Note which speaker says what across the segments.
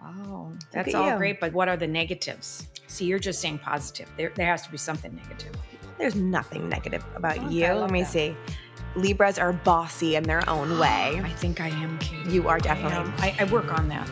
Speaker 1: Wow.
Speaker 2: That's
Speaker 1: Look at
Speaker 2: all
Speaker 1: you.
Speaker 2: great, but what are the negatives? See, you're just saying positive. There, there has to be something negative.
Speaker 1: There's nothing negative about
Speaker 2: Okay,
Speaker 1: you.
Speaker 2: I
Speaker 1: Let
Speaker 2: love
Speaker 1: me
Speaker 2: that.
Speaker 1: see. Libras are bossy in their own way.
Speaker 2: I think I am, Katie.
Speaker 1: You are
Speaker 2: I
Speaker 1: definitely.
Speaker 2: am. I, I work on that.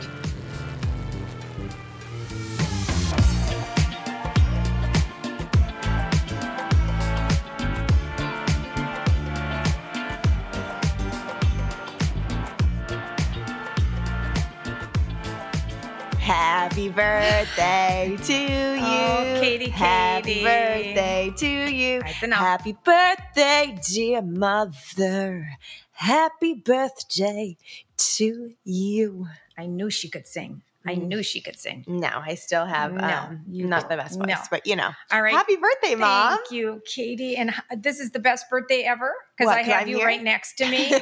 Speaker 1: Happy birthday to you.
Speaker 2: Oh, Katie,
Speaker 1: Happy
Speaker 2: Katie.
Speaker 1: birthday to you.
Speaker 2: Right, then I'll-
Speaker 1: Happy birthday, dear mother. Happy birthday to you.
Speaker 2: I knew she could sing. I
Speaker 1: Mm.
Speaker 2: knew she could sing.
Speaker 1: No, I still have
Speaker 2: No,
Speaker 1: um,
Speaker 2: you
Speaker 1: not
Speaker 2: don't.
Speaker 1: the best voice,
Speaker 2: No.
Speaker 1: but you know.
Speaker 2: All right.
Speaker 1: Happy birthday, mom.
Speaker 2: Thank you, Katie. And h- this is the best birthday ever because
Speaker 1: What,
Speaker 2: I
Speaker 1: 'cause
Speaker 2: have
Speaker 1: I'm
Speaker 2: you
Speaker 1: here?
Speaker 2: right next to me.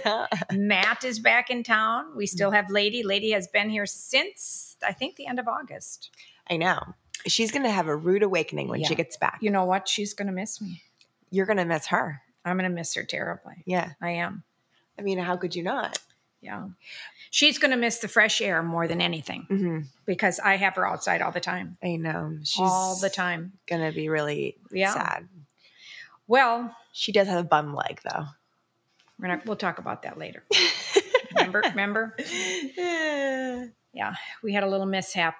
Speaker 2: Matt is back in town. We still have Lady. Lady has been here since I think the end of August.
Speaker 1: I know. She's going to have a rude awakening when she
Speaker 2: Yeah.
Speaker 1: gets back.
Speaker 2: You know what? She's going to miss me.
Speaker 1: You're going to miss her.
Speaker 2: I'm going to miss her terribly.
Speaker 1: Yeah.
Speaker 2: I am.
Speaker 1: I mean, how could you not?
Speaker 2: Yeah. She's going to miss the fresh air more than anything
Speaker 1: hmm
Speaker 2: because I have her outside all the time.
Speaker 1: I know. She's
Speaker 2: all the time.
Speaker 1: going to be really
Speaker 2: Yeah.
Speaker 1: sad.
Speaker 2: Well,
Speaker 1: She does have a bum leg, though.
Speaker 2: we're not, we'll talk about that later. remember? Remember? Yeah, we had a little mishap.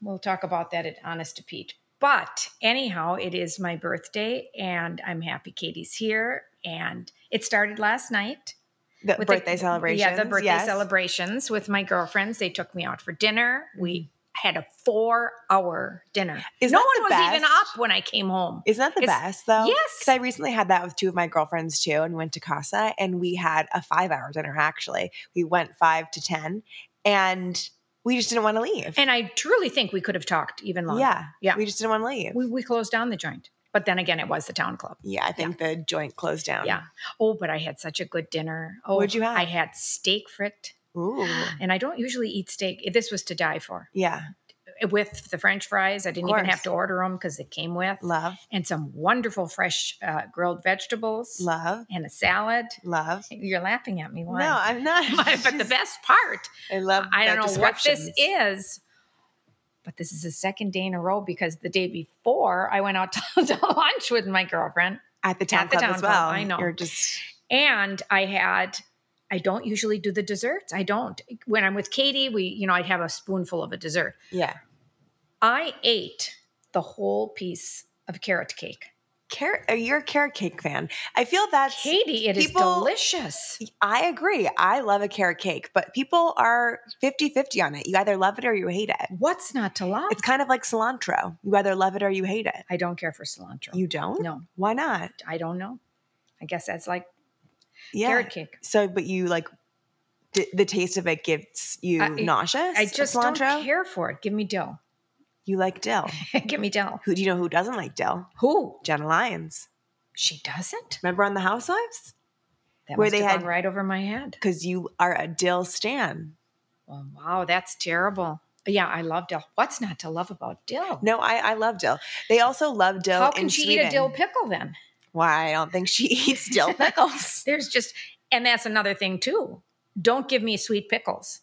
Speaker 2: We'll talk about that at Honest to Pete. But anyhow, it is my birthday, and I'm happy Katie's here. And it started last night.
Speaker 1: the
Speaker 2: with
Speaker 1: birthday celebrations.
Speaker 2: Yeah, the birthday
Speaker 1: yes.
Speaker 2: celebrations with my girlfriends. They took me out for dinner. We had a four hour dinner.
Speaker 1: Isn't
Speaker 2: no
Speaker 1: that
Speaker 2: one
Speaker 1: the
Speaker 2: was even
Speaker 1: best?
Speaker 2: up when I came home.
Speaker 1: Isn't that the
Speaker 2: It's-
Speaker 1: best though?
Speaker 2: yes.
Speaker 1: Because I recently had that with two of my girlfriends too, and went to Casa, and we had a five-hour dinner. Actually, we went five to ten, and we just didn't want to leave.
Speaker 2: and I truly think we could have talked even longer.
Speaker 1: yeah,
Speaker 2: Yeah.
Speaker 1: we just didn't want to leave.
Speaker 2: We, we closed down the joint. But then again, it was the town club.
Speaker 1: yeah, I think the joint closed down.
Speaker 2: Yeah. Oh, but I had such a good dinner. Oh,
Speaker 1: What'd you have?
Speaker 2: I had steak frit.
Speaker 1: Ooh.
Speaker 2: And I don't usually eat steak. This was to die for.
Speaker 1: Yeah.
Speaker 2: With the french fries, I didn't even
Speaker 1: course.
Speaker 2: have to order them because they came with,
Speaker 1: Love,
Speaker 2: and some wonderful fresh uh, grilled vegetables
Speaker 1: love,
Speaker 2: and a salad.
Speaker 1: love.
Speaker 2: You're laughing at me. Why?
Speaker 1: No, I'm not.
Speaker 2: but the best part,
Speaker 1: I love.
Speaker 2: I
Speaker 1: the
Speaker 2: don't know what this
Speaker 1: descriptions.
Speaker 2: is, but this is the second day in a row because the day before I went out to, to lunch with my girlfriend
Speaker 1: at the town
Speaker 2: the
Speaker 1: club
Speaker 2: town
Speaker 1: as
Speaker 2: club,
Speaker 1: well.
Speaker 2: I know.
Speaker 1: You're just
Speaker 2: and I had. I don't usually do the desserts. I don't. When I'm with Katie, we, you know, I'd have a spoonful of a dessert.
Speaker 1: yeah.
Speaker 2: I ate the whole piece of carrot cake.
Speaker 1: Carrot, uh, you're a carrot cake fan. I feel that's
Speaker 2: Katie, it is
Speaker 1: people-
Speaker 2: delicious.
Speaker 1: I agree. I love a carrot cake, but people are 50 50 on it. You either love it or you hate it.
Speaker 2: What's not to love?
Speaker 1: It's kind of like cilantro. You either love it or you hate it.
Speaker 2: I don't care for cilantro.
Speaker 1: You don't?
Speaker 2: no,
Speaker 1: Why not?
Speaker 2: I don't know. I guess that's like
Speaker 1: Yeah.
Speaker 2: carrot cake.
Speaker 1: So, but you like d- the taste of it gets you
Speaker 2: I-
Speaker 1: nauseous.
Speaker 2: I
Speaker 1: of
Speaker 2: just don't
Speaker 1: cilantro.
Speaker 2: care for it. Give me dill.
Speaker 1: You like dill.
Speaker 2: Give me dill.
Speaker 1: Who do you know who doesn't like dill?
Speaker 2: Who?
Speaker 1: Jenna Lyons.
Speaker 2: She doesn't?
Speaker 1: Remember on The Housewives?
Speaker 2: That
Speaker 1: Where
Speaker 2: must
Speaker 1: they
Speaker 2: have
Speaker 1: had-
Speaker 2: gone right over my head.
Speaker 1: Because you are a dill stan.
Speaker 2: Well, wow, that's terrible. Yeah, I love dill. What's not to love about dill?
Speaker 1: No, I, I love dill. They also love dill.
Speaker 2: How can
Speaker 1: in
Speaker 2: she
Speaker 1: Sweden.
Speaker 2: eat a dill pickle then?
Speaker 1: Why? I don't think she eats dill pickles.
Speaker 2: There's just, and that's another thing too. Don't give me sweet pickles.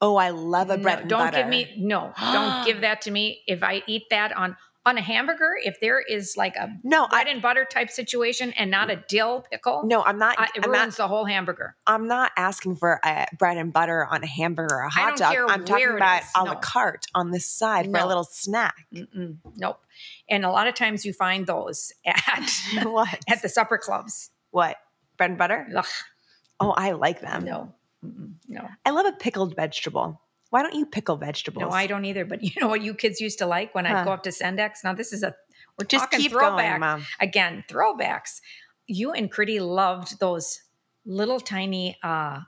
Speaker 1: oh, I love a
Speaker 2: No,
Speaker 1: bread and
Speaker 2: don't
Speaker 1: butter.
Speaker 2: give me no don't give that to me if i eat that on on a hamburger if there is like a
Speaker 1: No, I
Speaker 2: bread and butter type situation and not a dill pickle
Speaker 1: no, I'm not.
Speaker 2: I, it
Speaker 1: I'm
Speaker 2: ruins
Speaker 1: not.
Speaker 2: the whole hamburger
Speaker 1: I'm not asking for a bread and butter on a hamburger or a hot
Speaker 2: don't
Speaker 1: dog.
Speaker 2: care
Speaker 1: I'm talking
Speaker 2: where it
Speaker 1: about
Speaker 2: is,
Speaker 1: a
Speaker 2: no.
Speaker 1: la carte on the side for a
Speaker 2: No.
Speaker 1: little snack.
Speaker 2: Mm-mm, nope and a lot of times you find those at
Speaker 1: what?
Speaker 2: at the supper clubs
Speaker 1: what? Bread and butter?
Speaker 2: Ugh,
Speaker 1: Oh, I like them.
Speaker 2: no Mm-mm, no
Speaker 1: I love a pickled vegetable. Why don't you pickle vegetables?
Speaker 2: no i don't either but you know what you kids used to like when
Speaker 1: Huh.
Speaker 2: i go up to sendex now this is a we're
Speaker 1: Just
Speaker 2: talking
Speaker 1: keep
Speaker 2: throwback
Speaker 1: going, mom.
Speaker 2: again throwbacks you and Critty loved those little tiny uh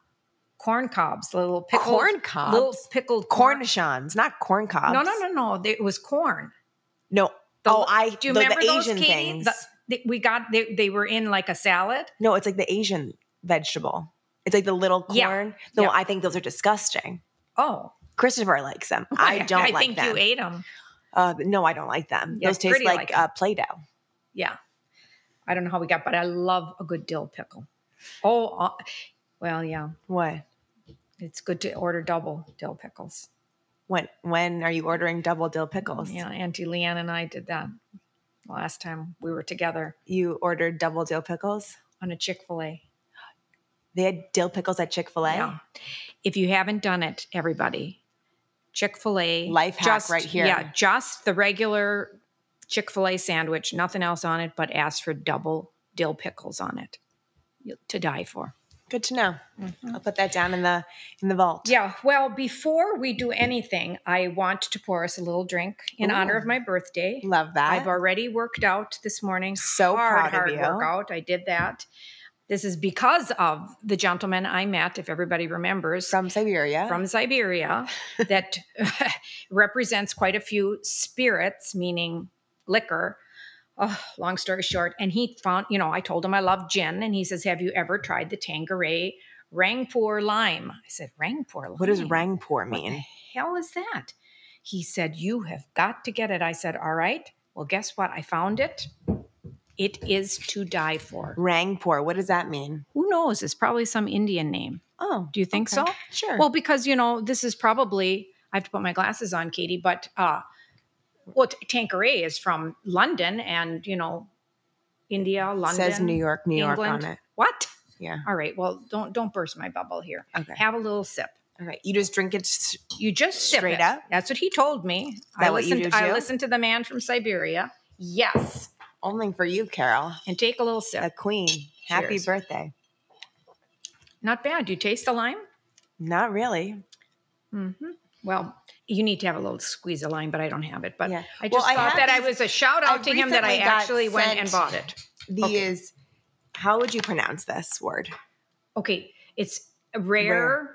Speaker 2: corn cobs little pickled
Speaker 1: corn cobs,
Speaker 2: little pickled corn,
Speaker 1: cornichons, not corn cobs.
Speaker 2: no no no no it was corn
Speaker 1: No.
Speaker 2: The-
Speaker 1: oh, I
Speaker 2: do you
Speaker 1: the,
Speaker 2: remember
Speaker 1: the
Speaker 2: those,
Speaker 1: Asian
Speaker 2: Katie?
Speaker 1: things?
Speaker 2: The- They- we got they, they were in like a salad
Speaker 1: no, it's like the Asian vegetable. It's like the little
Speaker 2: Yeah.
Speaker 1: corn. No,
Speaker 2: Yeah.
Speaker 1: I think those are disgusting.
Speaker 2: oh
Speaker 1: Christopher likes them. I don't
Speaker 2: I
Speaker 1: like
Speaker 2: think
Speaker 1: them.
Speaker 2: you ate them
Speaker 1: Uh, no, I don't like them.
Speaker 2: Yeah,
Speaker 1: Those taste
Speaker 2: pretty
Speaker 1: like,
Speaker 2: like
Speaker 1: uh, Play-Doh.
Speaker 2: yeah I don't know how we got but I love a good dill pickle oh uh, well yeah
Speaker 1: What?
Speaker 2: it's good to order double dill pickles
Speaker 1: When when are you ordering double dill pickles?
Speaker 2: Yeah, Auntie Leanne and I did that last time we were together
Speaker 1: You ordered double dill pickles.
Speaker 2: on a Chick fil A.
Speaker 1: They had dill pickles at Chick Fil A.
Speaker 2: Yeah. If you haven't done it, everybody, Chick fil A.
Speaker 1: Life hack right here.
Speaker 2: Yeah, just the regular Chick fil A sandwich, nothing else on it, but ask for double dill pickles on it You- to die for.
Speaker 1: Good to know.
Speaker 2: Mm-hmm.
Speaker 1: I'll put that down in the in the vault.
Speaker 2: Yeah, well, before we do anything, I want to pour us a little drink in
Speaker 1: Ooh.
Speaker 2: honor of my birthday.
Speaker 1: Love that.
Speaker 2: I've already worked out this morning.
Speaker 1: So
Speaker 2: hard,
Speaker 1: proud of
Speaker 2: hard
Speaker 1: you.
Speaker 2: workout. I did that. This is because of the gentleman I met, if everybody remembers,
Speaker 1: From Siberia.
Speaker 2: from Siberia that represents quite a few spirits, meaning liquor. Oh, long story short, and he found, you know, I told him I love gin, and he says, "Have you ever tried the Tanqueray Rangpur Lime?" I said, "Rangpur Lime."
Speaker 1: what does Rangpur
Speaker 2: What
Speaker 1: mean?
Speaker 2: the hell is that? He said, You have got to get it. I said, All right. Well, guess what? I found it. It is to die for.
Speaker 1: Rangpur. What does that mean?
Speaker 2: Who knows? It's probably some Indian name.
Speaker 1: Oh,
Speaker 2: Do you think
Speaker 1: okay.
Speaker 2: so?
Speaker 1: Sure.
Speaker 2: Well, because, you know, this is probably, I have to put my glasses on, Katie, but, uh, well, T- Tanqueray is from London and, you know, India, London.
Speaker 1: says New York, New York
Speaker 2: England.
Speaker 1: on it.
Speaker 2: What?
Speaker 1: Yeah.
Speaker 2: All right. Well, don't don't burst my bubble here.
Speaker 1: Okay.
Speaker 2: Have a little sip.
Speaker 1: All right. You just drink it. s-
Speaker 2: You just sip
Speaker 1: Straight
Speaker 2: it.
Speaker 1: up?
Speaker 2: That's what he told me. I
Speaker 1: that what you
Speaker 2: listened.
Speaker 1: do
Speaker 2: I
Speaker 1: too?
Speaker 2: listened to the man from Siberia. Yes,
Speaker 1: Only for you, Carol,
Speaker 2: and take a little sip.
Speaker 1: a queen. Happy
Speaker 2: Cheers.
Speaker 1: birthday.
Speaker 2: Not bad. Do you taste the lime?
Speaker 1: Not really.
Speaker 2: hmm Well, you need to have a little squeeze of lime, but I don't have it. But
Speaker 1: Yeah.
Speaker 2: I
Speaker 1: Well,
Speaker 2: just
Speaker 1: I
Speaker 2: thought
Speaker 1: have
Speaker 2: that I
Speaker 1: these-
Speaker 2: was a shout out
Speaker 1: I
Speaker 2: to him that I
Speaker 1: recently got
Speaker 2: actually went and
Speaker 1: sent-
Speaker 2: bought it.
Speaker 1: These. How would you pronounce this word?
Speaker 2: Okay, it's rare,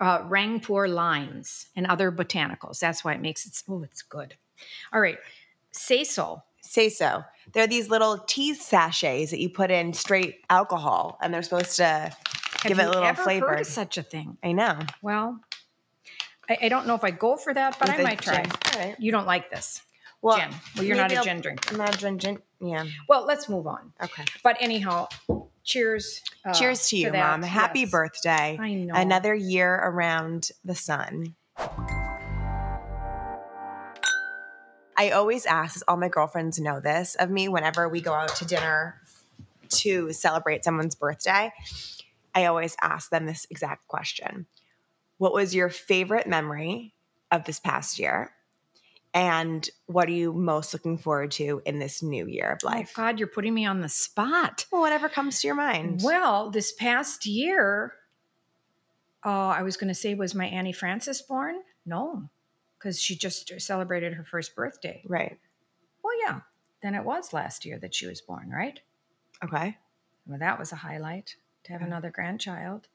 Speaker 2: Uh, Rangpur limes and other botanicals. That's why it makes it. Oh, it's good. All right, sesol.
Speaker 1: Say so. They're these little tea sachets that you put in straight alcohol, and they're supposed to
Speaker 2: Have
Speaker 1: give it
Speaker 2: you
Speaker 1: a little
Speaker 2: ever
Speaker 1: flavor.
Speaker 2: Heard of such a thing?
Speaker 1: I know.
Speaker 2: Well, I, I don't know if I go for that, but
Speaker 1: With
Speaker 2: I
Speaker 1: a
Speaker 2: might try.
Speaker 1: gin. All right.
Speaker 2: You don't like this
Speaker 1: Well,
Speaker 2: gin. Well, you're not
Speaker 1: maybe
Speaker 2: a
Speaker 1: I'll-
Speaker 2: gin drinker.
Speaker 1: I'm not a gin, gin. Yeah.
Speaker 2: Well, let's move on.
Speaker 1: Okay.
Speaker 2: But anyhow, cheers. uh,
Speaker 1: Cheers to you,
Speaker 2: that.
Speaker 1: Mom. Happy
Speaker 2: Yes.
Speaker 1: birthday.
Speaker 2: I know.
Speaker 1: Another year around the sun. I always ask, all my girlfriends know this of me whenever we go out to dinner to celebrate someone's birthday. I always ask them this exact question What was your favorite memory of this past year? And what are you most looking forward to in this new year of
Speaker 2: Oh,
Speaker 1: life?
Speaker 2: God, you're putting me on the spot.
Speaker 1: Well, whatever comes to your mind.
Speaker 2: Well, this past year, oh, I was going to say, was my Annie Francis born? No, because she just celebrated her first birthday.
Speaker 1: Right.
Speaker 2: Well, yeah, then it was last year that she was born, right?
Speaker 1: Okay.
Speaker 2: Well, that was a highlight to have another grandchild.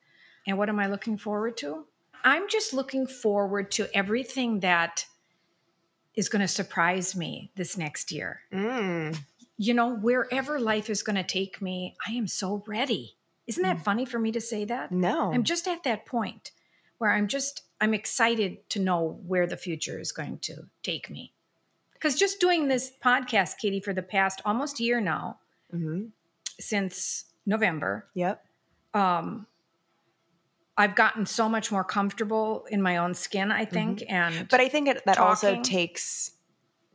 Speaker 2: And what am I looking forward to? I'm just looking forward to everything that is going to surprise me this next year.
Speaker 1: Mm.
Speaker 2: You know, wherever life is going to take me, I am so ready. Isn't that funny for me to say that?
Speaker 1: No.
Speaker 2: I'm just at that point where I'm just I'm excited to know where the future is going to take me. Cuz just doing this podcast, Katie, for the past almost year now,
Speaker 1: hmm
Speaker 2: since November,
Speaker 1: Yep.
Speaker 2: um I've gotten so much more comfortable in my own skin, I think, and
Speaker 1: Mm-hmm. But I think it, that also
Speaker 2: Talking.
Speaker 1: takes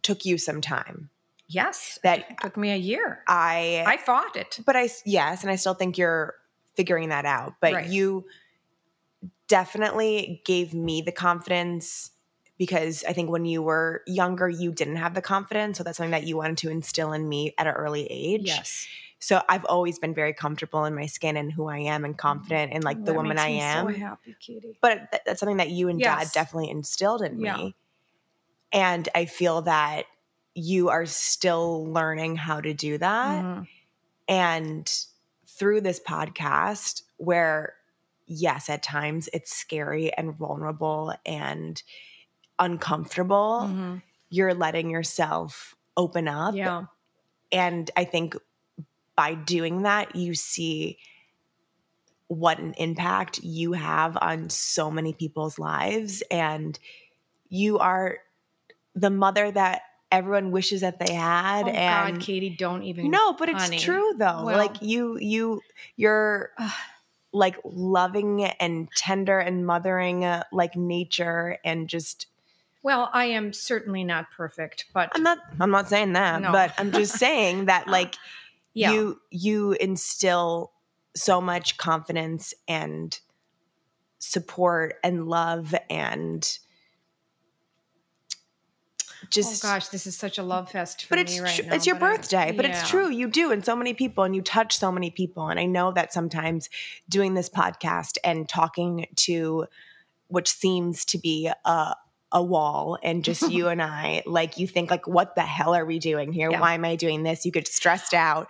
Speaker 1: took you some time.
Speaker 2: yes,
Speaker 1: That
Speaker 2: it took me a year.
Speaker 1: I,
Speaker 2: I fought it.
Speaker 1: but I s- yes, and I still think you're figuring that out. But
Speaker 2: Right.
Speaker 1: you definitely gave me the confidence because I think when you were younger, you didn't have the confidence. So that's something that you wanted to instill in me at an early age.
Speaker 2: Yes.
Speaker 1: So I've always been very comfortable in my skin and who I am and confident and like
Speaker 2: Mm-hmm.
Speaker 1: the
Speaker 2: That
Speaker 1: woman
Speaker 2: makes
Speaker 1: I
Speaker 2: me
Speaker 1: am.
Speaker 2: So happy, Katie.
Speaker 1: but th- that's something that you and
Speaker 2: Yes.
Speaker 1: dad definitely instilled in
Speaker 2: Yeah.
Speaker 1: me and i feel that you are still learning how to do that
Speaker 2: Mhm.
Speaker 1: and through this podcast where yes at times it's scary and vulnerable and uncomfortable
Speaker 2: Mhm.
Speaker 1: you're letting yourself open up
Speaker 2: Yeah.
Speaker 1: and i think by doing that you see what an impact you have on so many people's lives and you are the mother that everyone wishes that they had
Speaker 2: Oh
Speaker 1: and
Speaker 2: God, Katie, don't even
Speaker 1: no but it's
Speaker 2: honey.
Speaker 1: true though
Speaker 2: Well-
Speaker 1: like you you you're
Speaker 2: Ugh.
Speaker 1: like loving and tender and mothering uh, like nature and just
Speaker 2: Well, I am certainly not perfect, but
Speaker 1: I'm not I'm not saying that,
Speaker 2: No. Oh,
Speaker 1: but I'm just saying that like
Speaker 2: yeah,
Speaker 1: you you instill so much confidence and support and love and just
Speaker 2: oh gosh, this is such a love fest for
Speaker 1: but
Speaker 2: me
Speaker 1: it's
Speaker 2: right
Speaker 1: tr-
Speaker 2: now,
Speaker 1: it's your
Speaker 2: but I-
Speaker 1: birthday but
Speaker 2: yeah.
Speaker 1: it's true you do and so many people and you touch so many people and i know that sometimes doing this podcast and talking to which seems to be a a wall and just you and i like you think like what the hell are we doing here
Speaker 2: Yeah.
Speaker 1: why am i doing this you get stressed out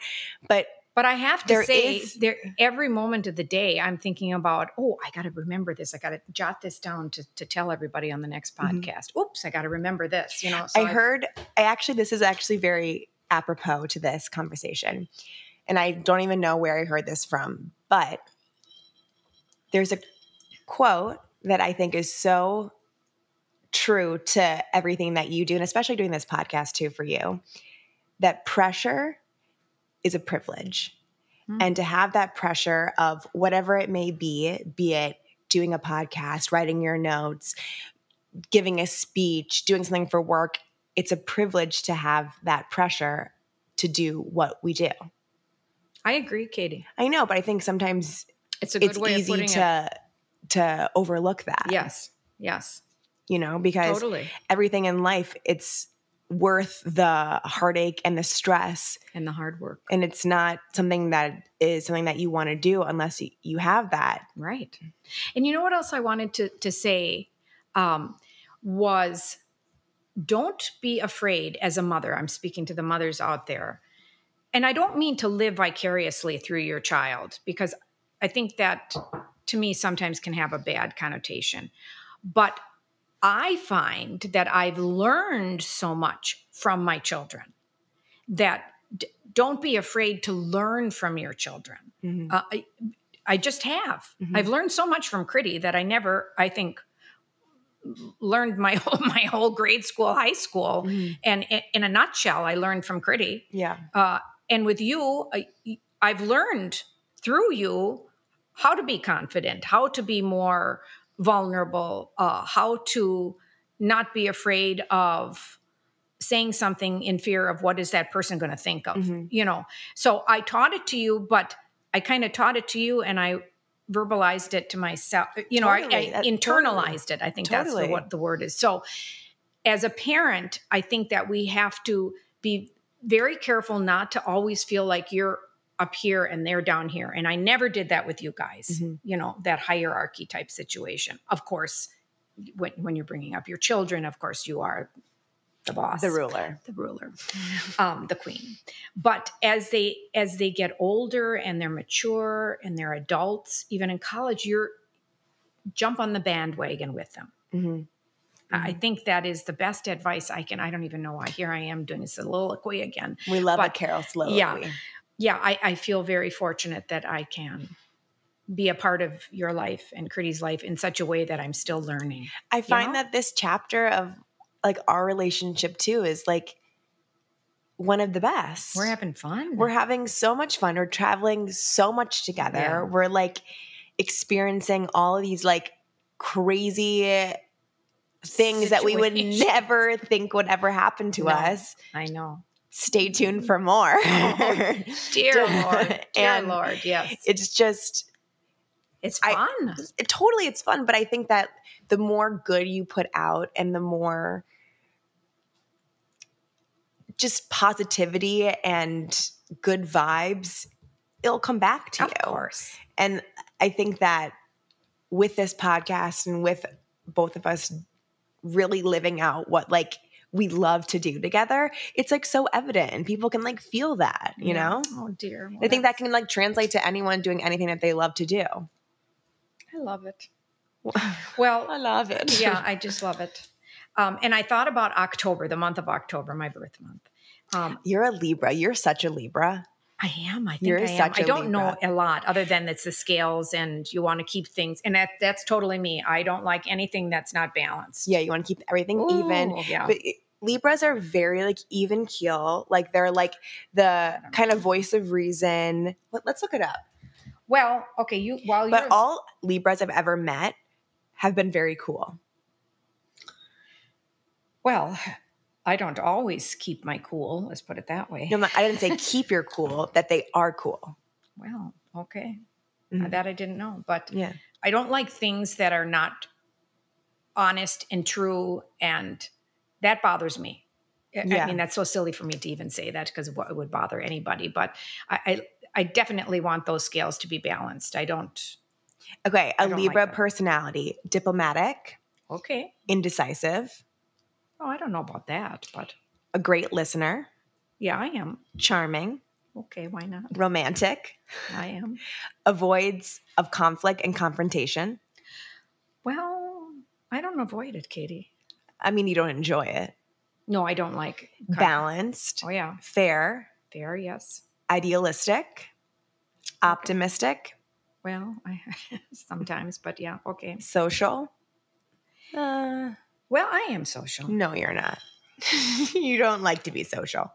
Speaker 1: but
Speaker 2: But I have to
Speaker 1: There
Speaker 2: say,
Speaker 1: is-
Speaker 2: there every moment of the day, I'm thinking about, oh, I got to remember this. I got to jot this down to, to tell everybody on the next
Speaker 1: Mhm.
Speaker 2: podcast. Oops, I got to remember this. You know, so
Speaker 1: I heard I actually this is actually very apropos to this conversation. And I don't even know where I heard this from, but there's a quote that I think is so true to everything that you do and especially doing this podcast too for you that pressure is a privilege.
Speaker 2: Hmm.
Speaker 1: And to have that pressure of whatever it may be, be it doing a podcast, writing your notes, giving a speech, doing something for work, it's a privilege to have that pressure to do what we do.
Speaker 2: I agree, Katie.
Speaker 1: I know, but I think sometimes
Speaker 2: It's a good
Speaker 1: it's
Speaker 2: way of
Speaker 1: easy
Speaker 2: putting
Speaker 1: to to overlook that.
Speaker 2: it. Yes, yes,
Speaker 1: You know, because
Speaker 2: totally.
Speaker 1: everything in life it's worth the heartache and the stress
Speaker 2: And the hard work,
Speaker 1: and it's not something that is something that you want to do unless y- you have that.
Speaker 2: right? And you know what else I wanted to to say um, was, don't be afraid as a mother. I'm speaking to the mothers out there, and I don't mean to live vicariously through your child because I think that to me sometimes can have a bad connotation. But I find that I've learned so much from my children that d- don't be afraid to learn from your children.
Speaker 1: Mhm.
Speaker 2: Uh, I, I just have.
Speaker 1: Mhm.
Speaker 2: I've learned so much from Critty that I never, I think, learned my whole, my whole grade school, high school,
Speaker 1: Mhm.
Speaker 2: and i- in a nutshell, I learned from Critty.
Speaker 1: Yeah.
Speaker 2: Uh, and with you, I, I've learned through you how to be confident, how to be more vulnerable, uh, how to not be afraid of saying something in fear of what is that person going to think of
Speaker 1: Mhm.
Speaker 2: you know so i taught it to you but i kind of taught it to you and i verbalized it to myself uh, you know
Speaker 1: Totally.
Speaker 2: i, I
Speaker 1: That-
Speaker 2: internalized it i think that's
Speaker 1: Totally.
Speaker 2: the, what the word is so as a parent i think that we have to be very careful not to always feel like you're up here and they're down here and i never did that with you guys
Speaker 1: Mhm.
Speaker 2: you know that hierarchy type situation of course when, when you're bringing up your children of course you are the boss
Speaker 1: The ruler.
Speaker 2: the ruler um, the queen but as they as they get older and they're mature and they're adults even in college you're jump on the bandwagon with them
Speaker 1: Mhm.
Speaker 2: I- i think that is the best advice i can i don't even know why here i am doing a soliloquy again
Speaker 1: We love a
Speaker 2: But-
Speaker 1: Carol Slow.
Speaker 2: yeah I, I feel very fortunate that i can be a part of your life and Critty's life in such a way that i'm still learning
Speaker 1: I find
Speaker 2: know?
Speaker 1: that this chapter of like our relationship too is like one of the best.
Speaker 2: we're having fun
Speaker 1: We're having so much fun. We're traveling so much together.
Speaker 2: Yeah.
Speaker 1: We're like experiencing all of these like crazy things that we would
Speaker 2: Situations.
Speaker 1: never think would ever happen to
Speaker 2: No. Mm-hmm.
Speaker 1: us.
Speaker 2: i know
Speaker 1: Stay tuned for more.
Speaker 2: Oh, dear lord dear
Speaker 1: And
Speaker 2: lord yes
Speaker 1: it's just
Speaker 2: It's
Speaker 1: I-
Speaker 2: fun.
Speaker 1: it, totally it's fun but i think that the more good you put out and the more just positivity and good vibes it'll come back to
Speaker 2: of
Speaker 1: you
Speaker 2: course.
Speaker 1: and i think that with this podcast and with both of us really living out what like we love to do together it's like so evident and people can like feel that you
Speaker 2: Yeah.
Speaker 1: know
Speaker 2: Oh dear. Well,
Speaker 1: i think that
Speaker 2: that's-
Speaker 1: can like translate to anyone doing anything that they love to do
Speaker 2: I love it. Well,
Speaker 1: love it
Speaker 2: yeah, I just love it. Um, and I thought about October, the month of October, my birth month. Um,
Speaker 1: You're a Libra. You're such a Libra.
Speaker 2: I am. I think
Speaker 1: You're
Speaker 2: I am.
Speaker 1: such
Speaker 2: I
Speaker 1: a
Speaker 2: don't know
Speaker 1: Libra.
Speaker 2: a lot other than it's the scales, and you want to keep things, and that, that's totally me. I don't like anything that's not balanced.
Speaker 1: Yeah, you want to keep everything even.
Speaker 2: Ooh, Yeah.
Speaker 1: But it- Libras are very like even keel. Like they're like the kind of voice of reason. Let, let's look it up.
Speaker 2: Well, okay, you while
Speaker 1: But
Speaker 2: you're
Speaker 1: all Libras I've ever met have been very cool.
Speaker 2: well, I don't always keep my cool. Let's put it that way.
Speaker 1: No, I'm not- I didn't say keep your cool, that they are cool.
Speaker 2: Well, okay,
Speaker 1: Mhm.
Speaker 2: that I didn't know, but
Speaker 1: Yeah.
Speaker 2: I don't like things that are not honest and true, and that bothers me. I- I
Speaker 1: Yeah.
Speaker 2: mean, that's so silly for me to even say that because it wo- it would bother anybody. But I, I, I definitely want those scales to be balanced. I don't.
Speaker 1: Okay.
Speaker 2: I
Speaker 1: A
Speaker 2: don't like
Speaker 1: Libra
Speaker 2: that.
Speaker 1: personality, diplomatic,
Speaker 2: Okay.
Speaker 1: indecisive,
Speaker 2: Oh, I don't know about that, but
Speaker 1: a great listener,
Speaker 2: yeah, I am.
Speaker 1: charming,
Speaker 2: Okay, why not?
Speaker 1: romantic,
Speaker 2: I am.
Speaker 1: avoids of conflict and confrontation.
Speaker 2: Well, I don't avoid it, Katie.
Speaker 1: I mean, you don't enjoy it.
Speaker 2: No, I don't like cut-
Speaker 1: Balanced,
Speaker 2: Oh yeah,
Speaker 1: fair,
Speaker 2: fair. Yes.
Speaker 1: idealistic, optimistic,
Speaker 2: Well, I sometimes, but yeah, okay.
Speaker 1: social. Uh,
Speaker 2: Well, I am social.
Speaker 1: no, you're not. you don't like to be social.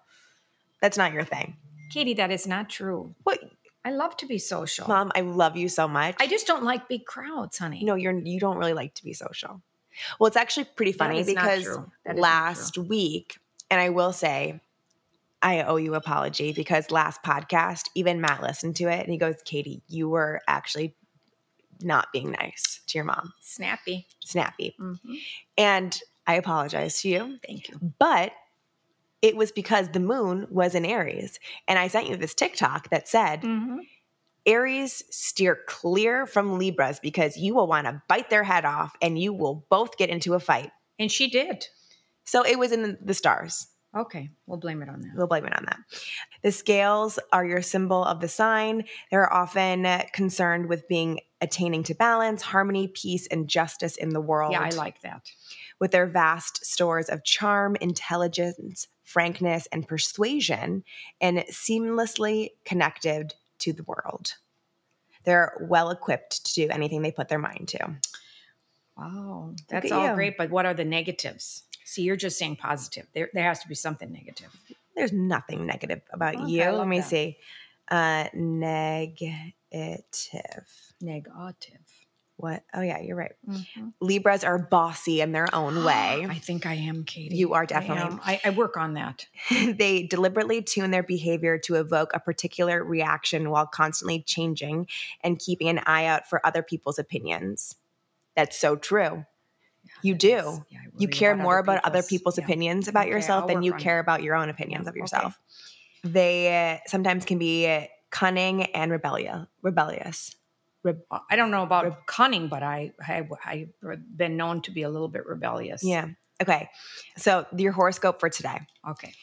Speaker 1: That's not your thing.
Speaker 2: Katie, that is not true.
Speaker 1: What,
Speaker 2: I love to be social.
Speaker 1: mom? I love you so much.
Speaker 2: I just don't like big crowds, honey.
Speaker 1: no, you're you don't really like to be social. Well, it's actually pretty
Speaker 2: That
Speaker 1: funny
Speaker 2: is not
Speaker 1: because
Speaker 2: true. That is not
Speaker 1: last week, and I will say, I owe you apology because last podcast, even Matt listened to it and he goes, "Katie, you were actually not being nice to your mom,
Speaker 2: true. snappy.
Speaker 1: snappy,"
Speaker 2: Mhm.
Speaker 1: and I apologize to you,
Speaker 2: Thank you.
Speaker 1: but. It was because the moon was in Aries. And I sent you this TikTok that said,
Speaker 2: Mhm.
Speaker 1: Aries, steer clear from Libras because you will want to bite their head off and you will both get into a fight.
Speaker 2: And she did.
Speaker 1: So it was in the stars.
Speaker 2: Okay, we'll blame it on that.
Speaker 1: We'll blame it on that. The scales are your symbol of the sign. They're often concerned with being attaining to balance, harmony, peace, and justice in the world.
Speaker 2: Yeah, I like that.
Speaker 1: With their vast stores of charm, intelligence, frankness, and persuasion, and seamlessly connected to the world. They're well equipped to do anything they put their mind to.
Speaker 2: Wow, that's
Speaker 1: at
Speaker 2: all
Speaker 1: you.
Speaker 2: great. But what are the negatives? See, you're just saying positive. There, there has to be something negative.
Speaker 1: There's nothing negative about
Speaker 2: Okay,
Speaker 1: you.
Speaker 2: I
Speaker 1: Let
Speaker 2: love
Speaker 1: me
Speaker 2: that.
Speaker 1: see. Uh, negative.
Speaker 2: Negative. Mm-hmm.
Speaker 1: What? Oh, yeah, you're right. Libras are bossy in their own
Speaker 2: I
Speaker 1: way.
Speaker 2: think I am, Katie.
Speaker 1: You are
Speaker 2: I
Speaker 1: definitely.
Speaker 2: am. I, I work on that.
Speaker 1: they deliberately tune their behavior to evoke a particular reaction while constantly changing and keeping an eye out for other people's opinions. That's so true. You do.
Speaker 2: Yeah, I
Speaker 1: You
Speaker 2: worry
Speaker 1: care more about other
Speaker 2: people's-
Speaker 1: people's
Speaker 2: yeah.
Speaker 1: opinions about
Speaker 2: Okay,
Speaker 1: yourself
Speaker 2: I'll
Speaker 1: than
Speaker 2: work
Speaker 1: you
Speaker 2: on
Speaker 1: care about your own opinions
Speaker 2: Yeah,
Speaker 1: of
Speaker 2: okay.
Speaker 1: yourself. They uh, sometimes can be uh, cunning and rebellious. Rebellious.
Speaker 2: I don't know about cunning, but I, I I've been known to be a little bit rebellious.
Speaker 1: Yeah. Okay. So your horoscope for today.
Speaker 2: Okay.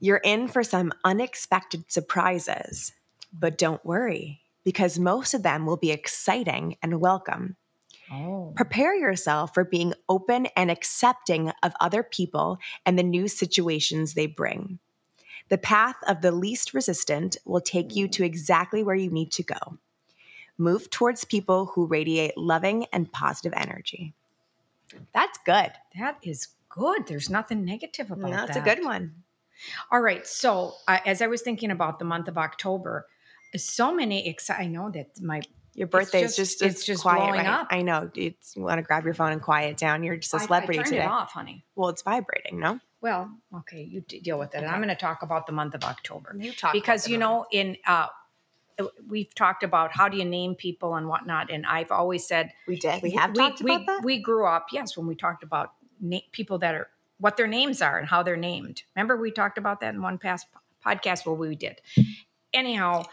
Speaker 1: You're in for some unexpected surprises, but don't worry because most of them will be exciting and welcome.
Speaker 2: Oh.
Speaker 1: Prepare yourself for being open and accepting of other people and the new situations they bring. The path of the least resistant will take you to exactly where you need to go. Move towards people who radiate loving and positive energy. That's good.
Speaker 2: That is good. There's nothing negative about that.
Speaker 1: That's a good one.
Speaker 2: All right. So, uh, as I was thinking about the month of October, so many exci- I know that my
Speaker 1: Your birthday is
Speaker 2: just-
Speaker 1: just,
Speaker 2: it's
Speaker 1: it's
Speaker 2: just
Speaker 1: quiet,
Speaker 2: blowing
Speaker 1: right?
Speaker 2: up.
Speaker 1: I know. It's, you want to grab your phone and quiet down. You're just a
Speaker 2: I-
Speaker 1: celebrity
Speaker 2: I, turned
Speaker 1: today.
Speaker 2: it off, honey.
Speaker 1: Well, it's vibrating, no?
Speaker 2: Well, okay, you d- deal with it. And I'm going to talk about the month of October
Speaker 1: You talk
Speaker 2: because you know in uh, we've talked about how do you name people and whatnot, and I've always said
Speaker 1: we did. We have talked
Speaker 2: we,
Speaker 1: about that.
Speaker 2: We grew up, yes, when we talked about na- people that are what their names are and how they're named. Remember, we talked about that in one past po- podcast. Well, we did. Anyhow,